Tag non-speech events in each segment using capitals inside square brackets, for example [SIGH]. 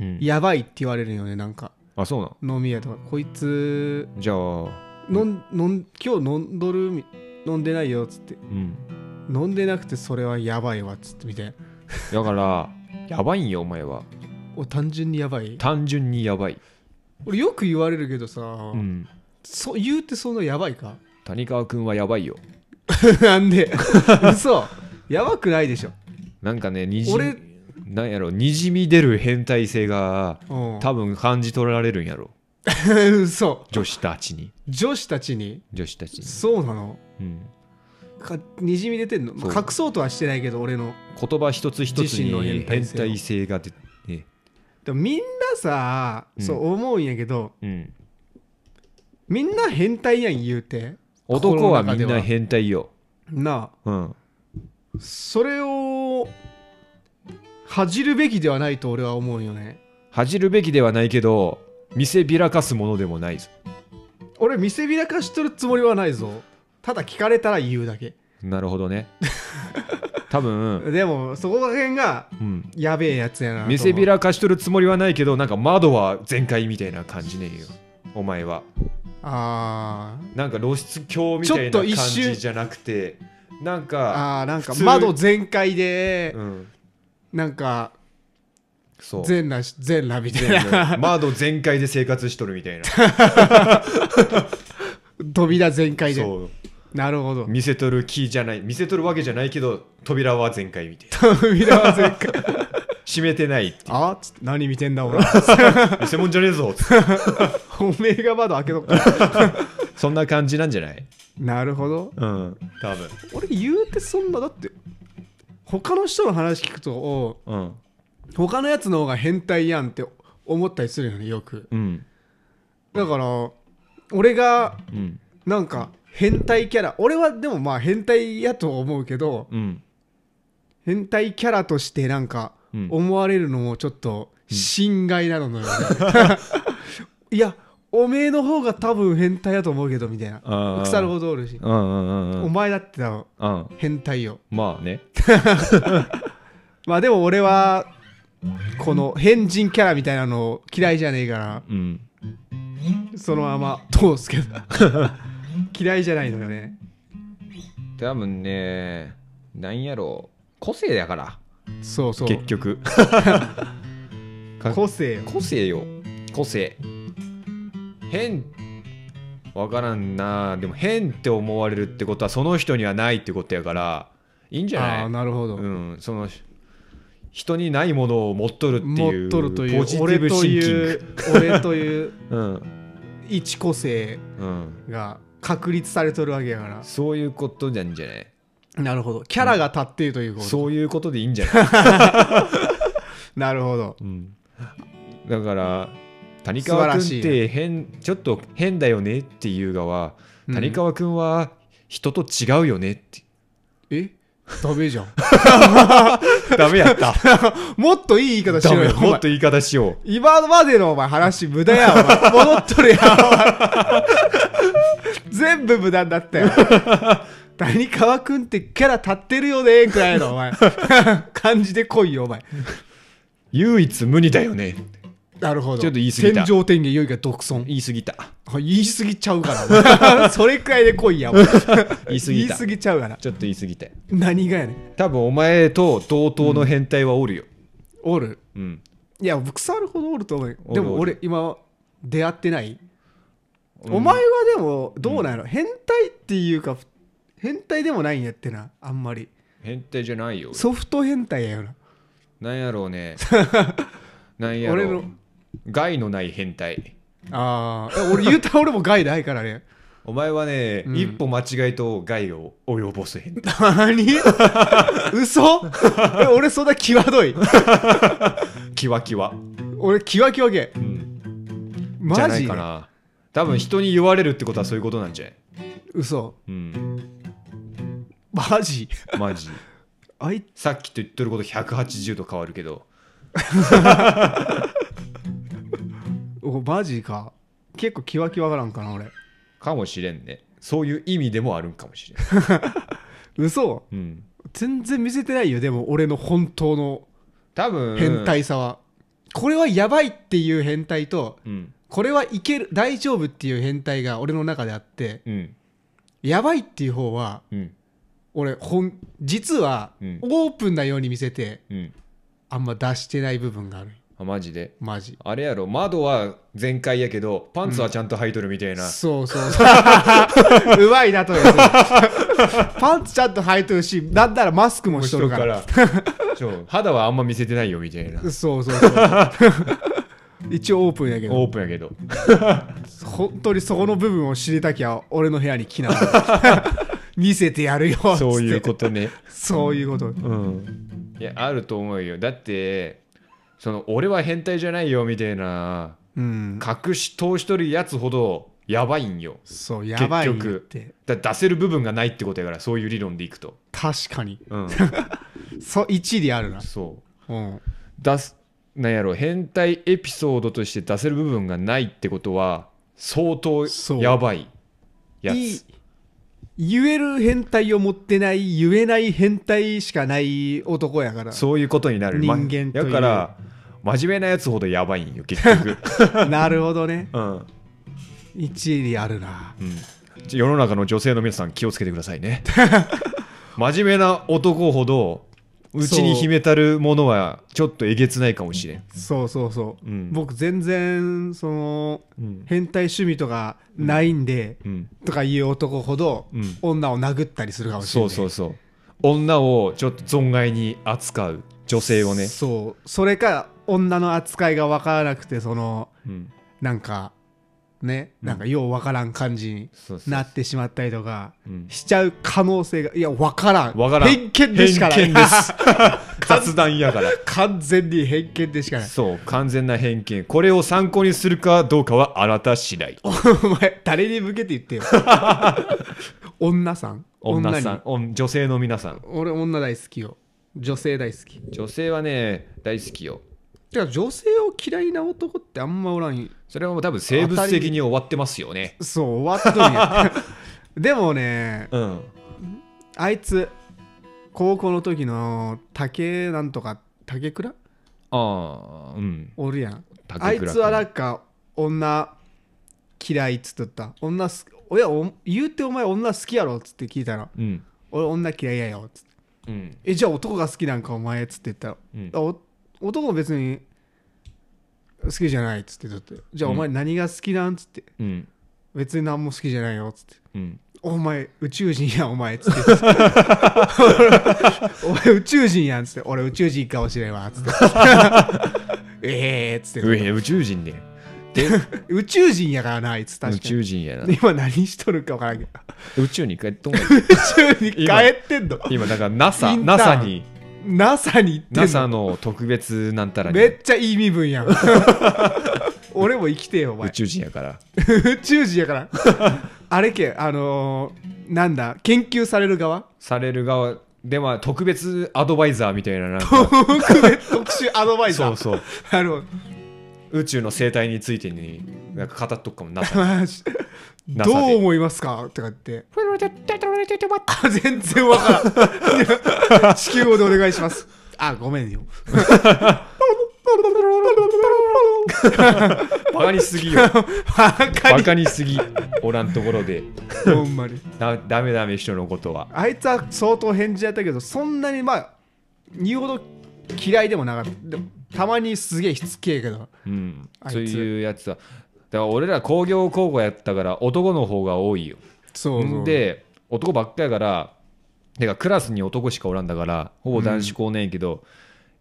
うんやばいって言われるよねなんかあそうなん飲み屋とかこいつじゃあ飲ん飲ん今日飲んどるみ飲んでないよっつってうん飲んでなくてそれはやばいわっつってみたいなだからやばいんよお前はお単純にやばい単純にやばい、俺よく言われるけどさ、うん、そ言うてそんなやばいか [LAUGHS] 谷川君はやばいよなんで [LAUGHS] 嘘やばくないでしょなんかねにじ俺なんやろにじみ出る変態性がうん多分感じ取られるんやろ [LAUGHS] 嘘女子たちに女子たちに女子たちに、そうなのうん、かにじみ出てんの、まあそう隠そうとはしてないけど俺の言葉一つ一つ自身のに変変態性を態性が出て、ねでもみんなさ、うんそう思うんやけどうん、みんな変態やん言うて男はみん心の中でなは変態よ、なうん、あそれを恥じるべきではないと俺は思うよね恥じるべきではないけど見せびらかすものでもないぞ俺見せびらかしとるつもりはないぞただ聞かれたら言うだけなるほど [LAUGHS] ね多分、でもそこら辺がうん、やべえやつやなと思う見せびらかしとるつもりはないけどなんか窓は全開みたいな感じねえよお前はあーなんか露出狂みたいなちょっと感一瞬じじゃなくてなんか、あーなんか普通窓全開で、うん、なんかそう全裸し全裸みたい全部な窓全開で生活しとるみたいな [LAUGHS] 扉全開でそうなるほど見せとる気じゃない見せとるわけじゃないけど扉は全開みたいな扉は全開閉めてないって [LAUGHS] あっつって何見てんだ俺見せ物じゃねえぞつって [LAUGHS] おめえが窓開けとくからそんな感じなんじゃないなるほどうん多分俺言うてそんなだって他の人の話聞くとおうんう他のやつの方が変態やんって思ったりするよねよくうんだから俺がうんなんか変態キャラ俺はでもまあ変態やと思うけどうん変態キャラとしてなんかうん思われるのもちょっと心外なの [LAUGHS] よ、ねいやおめえの方が多分変態やと思うけどみたいなあー腐るほどおるし、うんうんうんうおん前だってだうん変態よまあねまあでも俺はこの変人キャラみたいなの嫌いじゃねえからうんそのまま通すけ [LAUGHS] ど嫌いじゃないのよね多分ねなんやろう個性だからそうそう結 [LAUGHS] 局か個性よ個性よ個性変わからんなでも変って思われるってことはその人にはないってことやからいいんじゃああなーいなるほど、うんその人にないものを持っとるっていう持っとるといポうジティ俺ブとシンキンいグう俺といううん一個性うんが確立されとるわけやからそういうことなんじゃないなるほどキャラが立っているということ、そういうことでいいんじゃない、なるほどうん、だから谷素晴川ら君しっいて変ちょっと変だよねっていう側うん谷川君は人と違うよねってえダメじゃんダメや [LAUGHS] った。もっといい言い方しダろメよおもっ前と言い方しよう。今までのお前話無駄やお [LAUGHS] 前戻っとるやんお前全部無駄になったよ谷川君ってキャラ立ってるよねくらいのお前感じで来いよお前唯一無二だよね。なるほどちょっと言い過ぎた天井天下よいが独尊言い過ぎた。あ言い過ぎちゃうからお [LAUGHS] 前それくらいで来いやお前言い過ぎた。言い過ぎちゃうからちょっと言い過ぎた。何がやねん多分お前と同等の変態はおるよ。おるうん。いや僕触るほどおると思うよおるでもおる俺今出会ってない、うんお前はでもどうなんやろ、変態っていうか変態でもないんやってなあんまり変態じゃないよ。ソフト変態やよななんやろう [LAUGHS] ね。なんや俺ろうの。害のない変態。あーえ俺言うた [LAUGHS] ら俺も害ないからねお前はね、うん一歩間違いと害を及ぼす変態。何 [LAUGHS] 嘘え俺そんな際どいキワキワ。俺キワキワけうん。じゃマなジいかな。多分人に言われるってことはそういうことなんじゃない嘘うん。マジマジ。あいさっきと言っとること180度変わるけど。おマジか結構キワキワからんかな俺かもしれんねそういう意味でもあるんかもしれん、嘘うん、全然見せてないよでも俺の本当の多分変態さは、これはやばいっていう変態とうんこれはいける大丈夫っていう変態が俺の中であってうんやばいっていう方はうん俺本実はうんオープンなように見せてうんあんま出してない部分があるあマジでマジあれやろ窓は全開やけどパンツはちゃんと履いとるみたいな、そうそうそうう [LAUGHS] まいなと思いますパンツちゃんと履いてるしなんならマスクもしとるかららそう肌はあんま見せてないよみたいなそうそうそう [LAUGHS] 一応オープンやけオどープンやけど本当にそこの部分を知りたきゃ俺の部屋に来なさ [LAUGHS] い見せてやるよっつってそういうことね [LAUGHS] そういうことうんいやあると思うよだってその俺は変態じゃないよみたいなうん隠し通しとるやつほどやばいんよそうやばいよっ結局てだ出せる部分がないってことやからそういう理論でいくと、確かにうん、そう一理あるなそううん出すなんやろ変態エピソードとして出せる部分がないってことは相当そうやばいやついい言える変態を持ってない言えない変態しかない男やからそういうことになる人間というまだから真面目なやつほどやばいんよ結 [LAUGHS] 局、なるほどねうんうん、一理あるな世の中の女性の皆さん気をつけてくださいね [LAUGHS] 真面目な男ほどうちに秘めたるものはちょっとえげつないかもしれんそうそうそう、うん僕全然そのうん変態趣味とかないんで、うんとかいう男ほど、うん女を殴ったりするかもしそれなういそうそう女をちょっと存外に扱う女性をね、そうそれか女の扱いが分からなくてそのうん、なんかねなんかよう分からん感じにそうそうなってしまったりとかうんしちゃう可能性がいや分からんわからん偏見でしかない偏見です雑談やから [LAUGHS] 完全に偏見で [LAUGHS] しかないそう完全な偏見これを参考にするかどうかはあなた次第お前誰に向けて [LAUGHS] 言ってよ女さん女さにん女女性の皆さん俺女大好きよ女性大好き女性はね大好きよてか女性を嫌いな男ってあんまおらんそれはもう多分生物的に終わってますよねそう終わっとるやん [LAUGHS] でもねうんあいつ高校の時の竹なんとか竹倉ああうんおるやん竹あ倉い君つはなんか女嫌いっつっとった女すおやお言うてお前女好きやろっつって聞いたらうん俺女嫌いやよっつってうんえじゃあ男が好きなんかお前っつって言ったらうんあお男も別に好きじゃないっつってずっとじゃあお前何が好きなんっつって、うん別に何も好きじゃないよっつってうんお前宇宙人やお前っつってお前宇宙人やんっつって俺宇宙人かもしれんわっつって [LAUGHS] ええっつっうてえ宇宙人で宇宙人やからなあいつ宇確かに宙人やな今何しとるか分から [LAUGHS] んけど宇宙に帰っとんの [LAUGHS] 宇宙に帰ってんの今だから NASA インターン NASA に NASA に行ってんの NASA の特別なんたらにめっちゃいい身分やん [LAUGHS] 俺も生きてよお前宇宙人やから宇宙人やから [LAUGHS] あれけあのーなんだ研究され [LAUGHS] る側される側でまあ特別アドバイザーみたいな [LAUGHS] なん特か殊アドバイザそーうそうあの宇宙の生態についてになんか語っとくかも [LAUGHS] なマジでどう思いますかとか言ってあ全然わからん [LAUGHS] 地球語でお願いしますあごめんよバカにしすぎよバカバにカにしすぎおらんところでほんまにだダメダメ人のことはあいつは相当返事やったけどそんなにまあ言うほど嫌いでもなかったでもたまにすげえしつけえけどうんあいつそういうやつはだから俺ら工業高校やったから男の方が多いよそうんで男ばっかやからてかクラスに男しかおらんだからほぼ男子校ねんけど、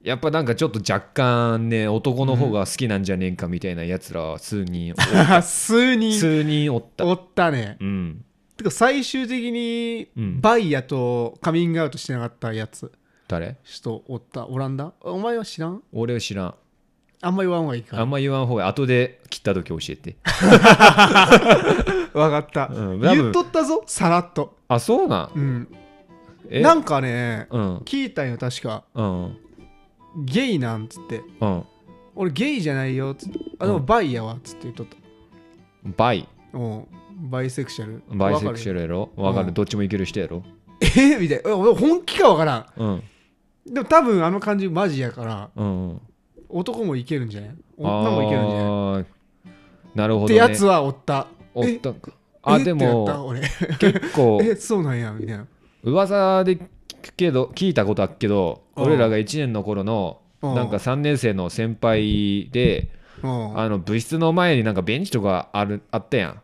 やっぱなんかちょっと若干ね男の方が好きなんじゃねえんかみたいなやつらは数人お数人数人おった [LAUGHS] おったねうんてか最終的にうんバイヤとカミングアウトしてなかったやつ誰人おったオランダお前は知らん俺は知らんあんま言わんほうがいいあかんま言わん方が後で切った時教えて分かった、うん多分 [LAUGHS] 言っとったぞさらっと、あそうなんうん、えなんかねうん聞いたんよ確かうんゲイなんつってうん俺ゲイじゃないよつってあでもうんバイヤはつって言っとった、バイうん、バイセクシャルバイセクシャルやろわかる、うんどっちもいける人やろえーみたいなえ俺本気か分からんうんでも多分あの感じマジやからうんうん男もいけるんじゃない女もいけるんじゃないあーなるほっど、てね。やつは追ったおっえたんかあ、えでってなったも、俺結構、 [LAUGHS] えそうなんやみたいな噂で聞くけど、聞いたことあっけど、うん俺らが1年の頃の、うんなんか3年生の先輩で、うんああの部室の前になんかベンチとかあるあったやん。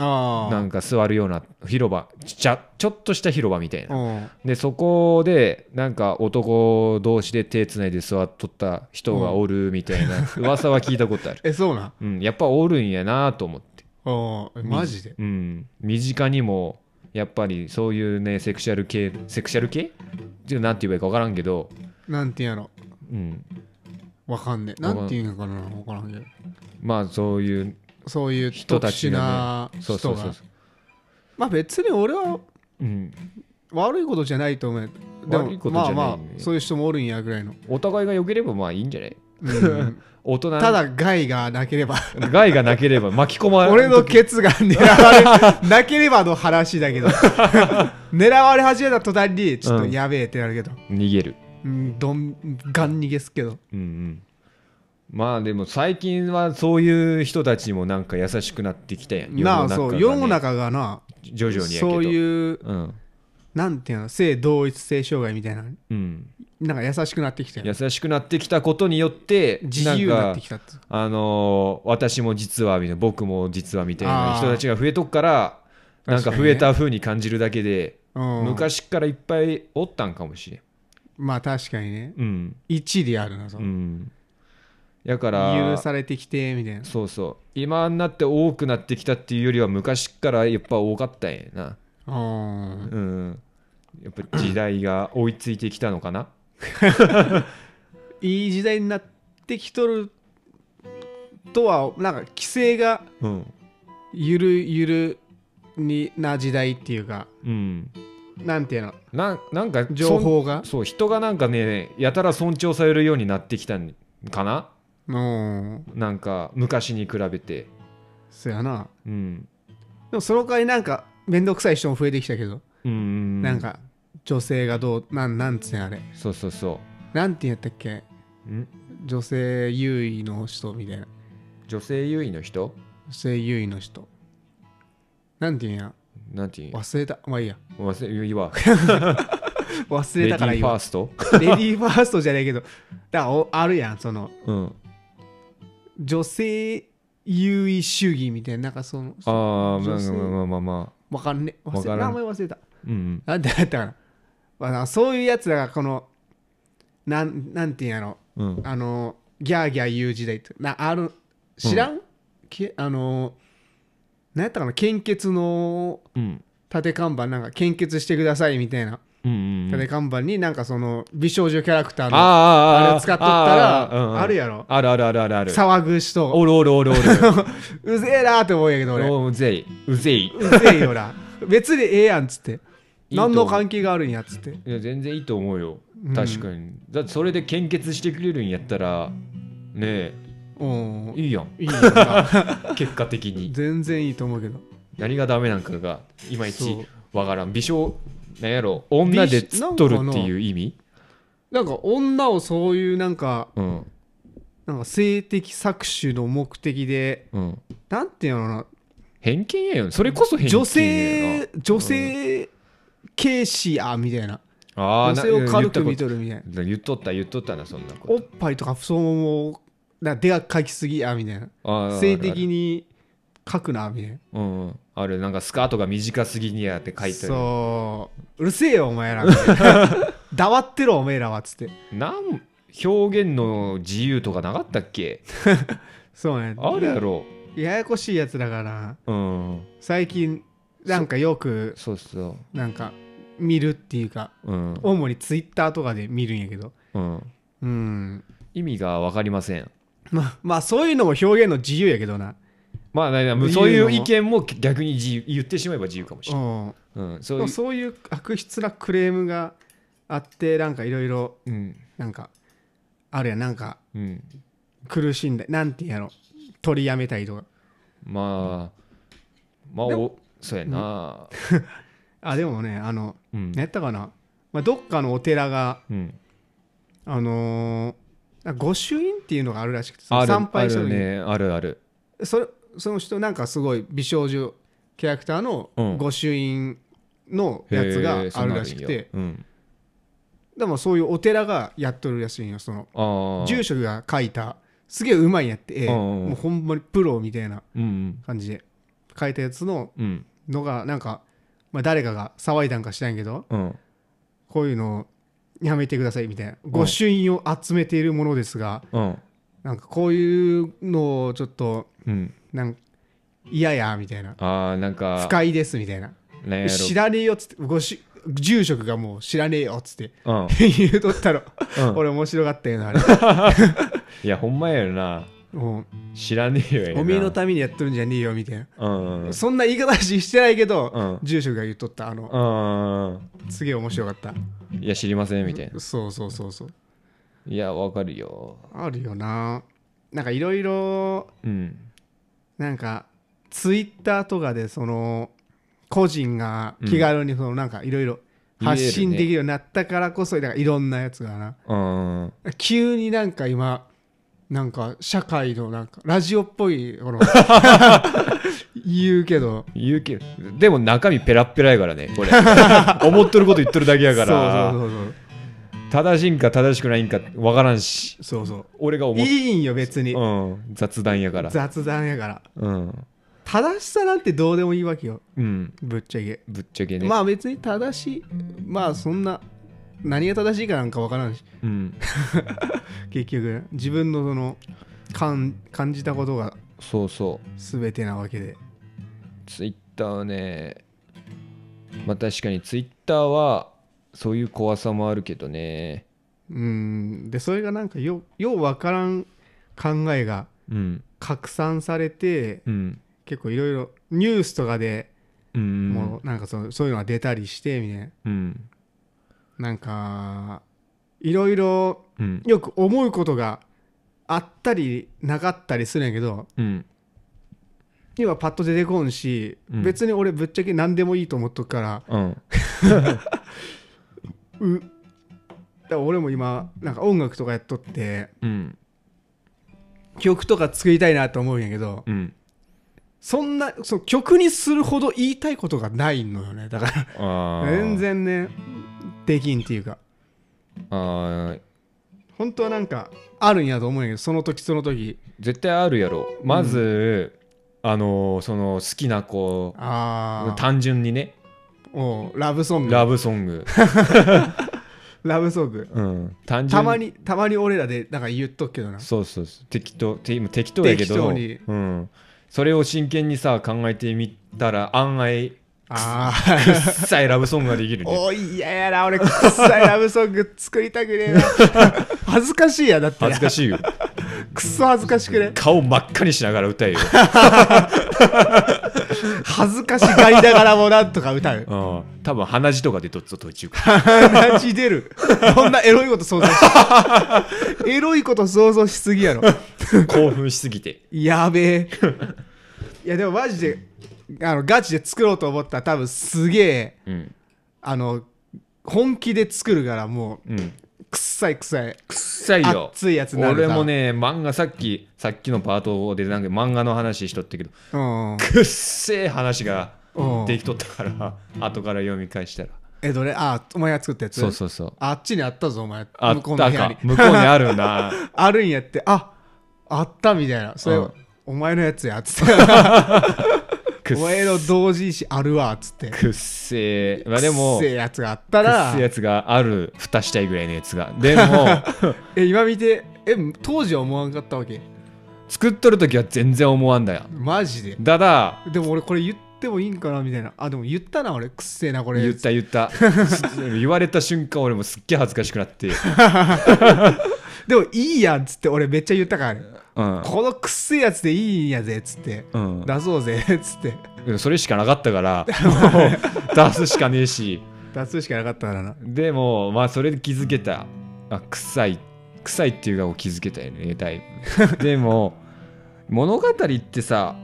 あなんか座るような広場、ちゃちょっとした広場みたいな。うん、でそこでなんか男同士で手つないで座っとった人がおるみたいな噂は聞いたことあるえそうなん [LAUGHS] うん、やっぱおるんやなと思って、うんマジでうん、身近にもやっぱりそういうねセクシャル系セクシャル系ちょっとなんて言えばいいか分からんけど、なんていうんやろうん、わかんねえわなかんんていうんやかなわからんけどまあそういうそういう人特たち殊がなね人そうがそうそうそう、まあ別に俺はうん、悪いことじゃないと思うで悪いこもとじゃまなあいまあそういう人もおるんやぐら [LAUGHS] いの、お互いが良ければまあいいんじゃないうん、大人ただ害がなければ害 [LAUGHS] がなければ巻き込まれ俺のケツが狙われ [LAUGHS] なければの話だけど [LAUGHS] 狙われ始めた途端にちょっとうんやべえってなるけど、逃げるうん、どんガン逃げすっけどうんうん、まあでも最近はそういう人たちにもなんか優しくなってきたやんなあそう世のがね中がな徐々にやけどそうう、いううんなんていうの性同一性障害みたいなうん、なんか優しくなってきたよ優しくなってきたことによって自由になってんかきたってあのー私も実はみたいな僕も実はみたいあなー人たちが増えとくからなんか確かに増ねえた風に感じるだけで、うん昔からいっぱいおったんかもしれんまあ確かにねうん一理あるなそうのんやから許されてきてみたいなそうそう今になって多くなってきたっていうよりは昔からやっぱ多かったんやなうんうんやっぱ時代が追いついてきたのかないい時代になってきとるとはなんか規制がうんゆるゆるにな時代っていうかうんなんていうのなんなんかそん情報がそう人がなんかねやたら尊重されるようになってきたんかなうんなんか昔に比べてそやなうんでもその代わりなんか面倒くさい人も増えてきたけど、うんなんか女性がどうなんなんつうねんあれそうそうそなんて言うんやったっけうん女性優位の人みたいな女性優位の人女性優位の人なんて言うんやなんていう忘れたまあいいや忘れいいわ [LAUGHS] 忘レれデたィからーいいファわーストレディーファーストじゃないけどだからおあるやんそのうん女性優位主義みたいななんかそのああま女性あまあまあまあわかんね忘れわから名ん前忘れたうんなんてだったかな,、まあ、なんかそういうやつらがこのなんなんていうんやろうんうんあのギャーギャー言う時代ってなある知らん、けあのなんやったかな献血のうん縦看板なんか献血してくださいみたいなうんうんうん縦看板になんかその美少女キャラクターあーのああーあーれを使っとったあーあーうんうんらあるやろあるあるあるあるある騒ぐ人おるおるおるおる。うぜえなーって思うんやけど [LAUGHS] 俺おうぜい。うぜい。うぜえよな [LAUGHS] 別にええやんっつっていと思う何の関係があるんやっつっていや、全然いいと思うよう。ん確かに。だってそれで献血してくれるんやったら、ねうえ、んいいやん。いいよな結果的に。 [LAUGHS] 全然いいと思うけど何がダメなんかが、いまいそちわからん。微笑、なんやろ、女でつっとるっていう意味なんか女をそういうなんかうん。なんか性的搾取の目的でうん。なんていうのかな偏見やよ。それこそ偏見やよ女な。性女性軽視やみたいなあー女な性を軽く言見ったことるみたいな言っとった、言っとったな、そんなこおっぱいとか太ももをなんかでかく書きすぎやみたいなと。あー性的。に書くなみたいあなるあるうんうん。ある、なんかスカートが短すぎにやって書いてある。そううるせえよお [LAUGHS] 前らみたいな黙ってろお前らはっつってなん表現の自由とかなかったっけそうねあるやろややこしいやつだからうん最近なんかよくそうそなんか見るっていうかううん、主にツイッターとかで見るんやけどうん、うん意味が分かりませんままあそういうのも表現の自由やけどなまあなな自由そういうなの意見も逆に自由言ってしまえば自由かもしれない、うんうん、でそういもうそういう悪質なクレームがあってなんかいろいろうんなんかあるやんなんかうん苦しんだなんていうんやろ取りやめたりとかまあまあでおそうやなあでもねあのうん何やったかな、まあ、どっかのお寺がうんあのーなんか御朱印っていうのがあるらしくてそあのる参拝したあ時るに、ねあるあるそれその人なんかすごい美少女キャラクターのうん御朱印のやつがへーそあんるなんらしくあるんやて、うん、でもそういうお寺がやっとるらしいんよそのあー住所が書いたすげえうまいんやって、うんうんうんもうほんまにプロみたいなうん感じで書いたやつのうんのがなんか、まあ、誰かが騒いだんかしないけどうんうんこういうのをやめてくださいみたいな御朱印を集めているものですがうんなんかこういうのをちょっとうんなんか嫌やみたいなああなんか不快ですみたいななんやろ知らねえよっつってごし住職がもう知らねえよっつって [LAUGHS] うん言うとったろ、うん俺面白かったよな [LAUGHS] あれいやほんまやよなも知らねえよやうなおめえのためにやってるんじゃねえよみたいな、うんうんうんそんな言い方ししてないけど、うん住職が言っとったあのうんうんすげえ面白かったうんいや知りませんみたいなそうそうそうそういやわかるよあるよななんかいろいろうんなんかツイッターとかでその個人が気軽にそのなんかいろいろ発信できるようになったからこそなんかいろんなやつがなうんうん急になんか今なんか社会のなんかラジオっぽい [LAUGHS] この言うけど言うけどでも中身ペラッペラやからね [LAUGHS] これ思っとること言っとるだけやからそう正しいんか正しくないんかわからんしそうそうそうそう俺がそう思っいいんよ別に、うん、雑談やから雑談やからうん正しさなんてどうでもいいわけようんぶっちゃけぶっちゃけね、まあ別に正しいまあそんな何が正しいかなんかわからんしうん、結局自分のその感感じたことがそうそう全てなわけでツイッターねまあ確かにツイッターはそういう怖さもあるけどねうんでそれがなんかよようわからん考えがうん拡散されてうん結構いろいろニュースとかでうんうんもうなんかそのそういうのが出たりしてみたいなうんなんかいろいろうんよく思うことがあったりなかったりするんやけどうん今パッと出てこんし、うん別に俺ぶっちゃけ何でもいいと思っとくからうんうだから俺も今なんか音楽とかやっとってうん曲とか作りたいなと思うんやけどうんそんなその曲にするほど言いたいことがないのよねだかあらー全然ねできんっていうかあー本当はなんかあるんやと思うんやけどその時その時絶対あるやろまず、あのーその好きな子ああ単純にねおうラブソングラブソング、ラブソング [LAUGHS] うん、単純にたまにたまに俺らでなんか言っとくけどなそうそうそう適当て今適当やけ適ど当にうん、それを真剣にさ考えてみたら案外あくあっさいラブソングができるねおい嫌やな俺くっさいラブソング作りたく [LAUGHS] ねえな恥ずかしいやだって恥ずかしいよくっそ恥ずかしくね顔真っ赤にしながら歌 [LAUGHS] えよ、恥ずかしがりながらもなんとか歌ううん、多分鼻血とかでどっぞ途中から鼻血出るこんなエロいこと [LAUGHS] 想像しエロいこと想像しすぎやろ興奮しすぎてやべえいやでもマジであのガチで作ろうと思ったら多分すげえうんあの本気で作るからもうんうくっさいくさいくっさいよ熱いやつになる俺なもね漫画さっきさっきのパートでなんか漫画の話しとったけどうんくっせえ話がうんできとったから [LAUGHS] 後から読み返したらえどれあお前が作ったやつそうそうそうあっちにあったぞお前あ向こうっのた部屋かに向こうにあるな [LAUGHS] あるんやってああったみたいなそれ、うんお前のやつやっつって [LAUGHS] くっ [LAUGHS] お前の同人誌あるわっつってくっせえまあでもくっせえやつがあったくっらせえやつがある蓋したいぐらいのやつがで [LAUGHS] もえ今見てえ当時は思わんかったわけ作っとる時は全然思わんだよマジでただでも俺これ言ってもいいんかなみたいなあでも言ったな俺くっせえなこれ言った言った [LAUGHS] す言われた瞬間俺もすっげえ恥ずかしくなって、でもいいやんっつって俺めっちゃ言ったからね、うんこのくっせえやつでいいんやぜっつって、うん出そうぜっつってでもそれしかなかったから [LAUGHS] もう出すしかねえし出すしかなかったからなでもまあそれで気づけたあ臭い臭いっていうか気づけたよねだいぶ [LAUGHS] でも物語ってさ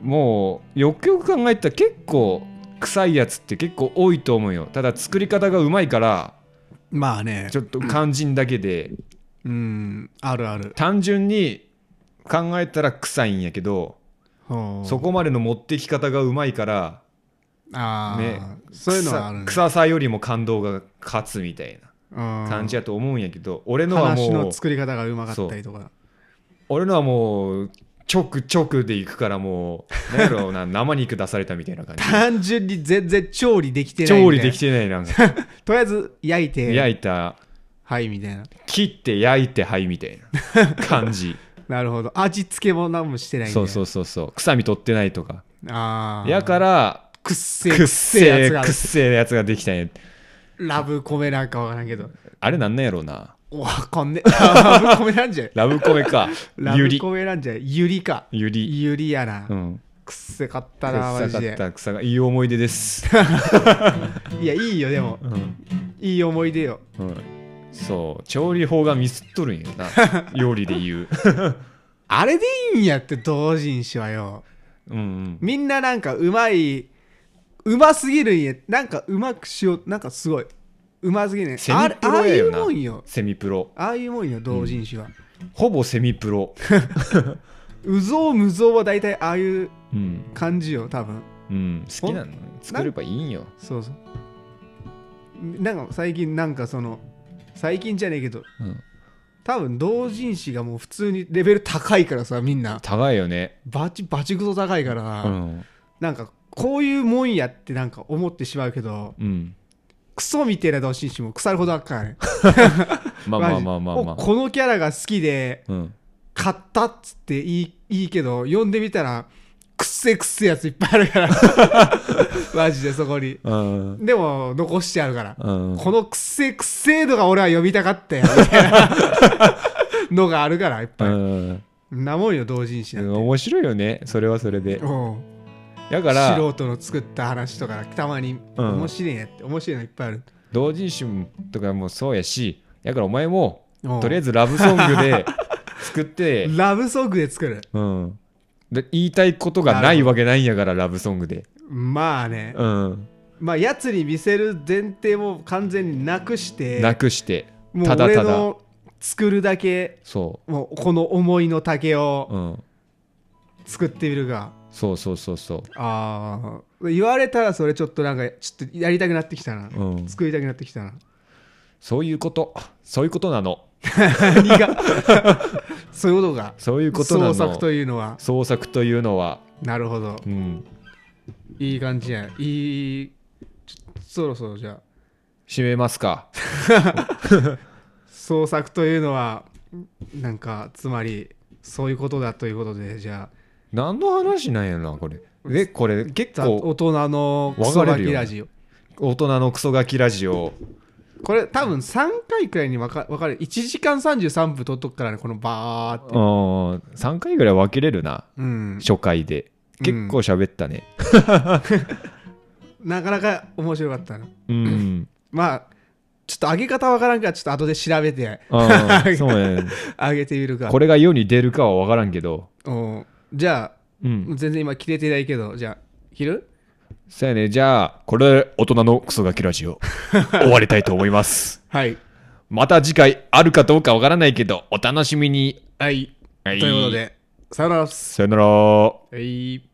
もうよくよく考えたら結構臭いやつって結構多いと思うよただ作り方がうまいからまあねちょっと肝心だけでうんあるある単純に考えたら臭いんやけどそそこまでの持ってき方がうまいから、ああ、ね、そういうのはあるね臭臭さよりも感動が勝つみたいな感感じやと思うんやけど、俺のは話もうの作り方がうまかったりとか俺のはもう直直でいくからもう何やろう [LAUGHS] な生肉出されたみたいな感単純に全然調理できてじないみたいな調理できてないなんかとりあえず焼いて焼いたはいみたいな切って焼いてはいみたい [LAUGHS] な感じなるほど味付けも何もしてないみたいそうなそううそうそう臭み取ってないとかああやからくっせえくっせやえつがあくるっせえやつができたんやラブコメなんかわからんけどあれなんなんやろうなわかんね [LAUGHS] えラブコメなんじゃないラブコメかラゆブりコメなんじゃないゆりかゆりゆりやな、うんくっせかったなマ臭ジかっでた臭がいい思い出です、いやいいよでもうんいい思い出ようん、そう調理法がミスっとるんやな [LAUGHS] 料理で言うあれでいいんやって同人誌はようん、うん、みんななんかうまいうますぎるんやなんかうまくしようなんかすごいうますぎるねセあミれプああロやいようなもんよセミプロああいうもんよ同人誌は、ほぼセミプロ。うぞうむぞうは大体ああいううん。感じよ多分うん。好きなの作ればいいんよ。そうそうなんか最近なんかその最近じゃねえけどうん。多分同人誌がもう普通にレベル高いからさみんな高いよね。バチバチクソ高いから、うん。なんかこういうもんやってなんか思ってしまうけどうん。クソみてえな同心誌も腐るほどあっからねまあまあまあまあまマジあ。おこのキャラが好きでうん。買ったっつっていいいいけど読んでみたらくっせえくっせえやついっぱいある [LAUGHS] からマジでそこにうん。でも残してあるから、うん。このくっせえくっせえのが俺は読みたかったよ [LAUGHS] みたいなのがあるからいっぱい、うん。ん、なもんよ同人誌なんて、面白いよね。それはそれで。うんだから、素人の作った話とかたまにうん面白いねって、面白いのいっぱいある同人誌とかもそうやし、だからお前も、とりあえずずラブソング [LAUGHS] で作って、ラブソングで作るうん。で言いたいことがないわけないんやから、ラブソングで。まあね、うん。まあやつに見せる前提も完全になくしてなくして、もうただ俺ただ。の作るだけそもうこの思いの丈う。をうん。作ってみるが、そうそうそうそああ言われたらそれちょっとなんかちょっとやりたくなってきたな、う。うん。作りたくなってきたな [LAUGHS] そういうこと。そういうことなの。何が [LAUGHS] そういうことがそういうことなの。創作というのは創作というのは、なるほどうん、いい感じやいいちょそろそろじゃあ締めますか。創作というのはなんかつまりそういうことだということでじゃ何の話なんやろな、これ。で、これ、結あ構、大人のクソガキラジオ大人のクソガキラジオ。これ多分3回くらいに分か分かれる1時間33分取っとくからねこのバーってうん、3回ぐらい分けれるな、うん初回で。結構喋ったね。なかなか面白かったなうん。まあちょっと上げ方分からんからちょっと後で調べてあ [LAUGHS] ーそう [LAUGHS] やね。上げてみるかこれが世に出るかは分からんけど。うんじゃあうん。全然今切れてないけどじゃあ昼そうやね。じゃあ、これで大人のクソガキラジオ、終わりたいと思います。 [LAUGHS] はいまた次回あるかどうか分からないけど、お楽しみに。はいはということでさよならっすさよなら。はい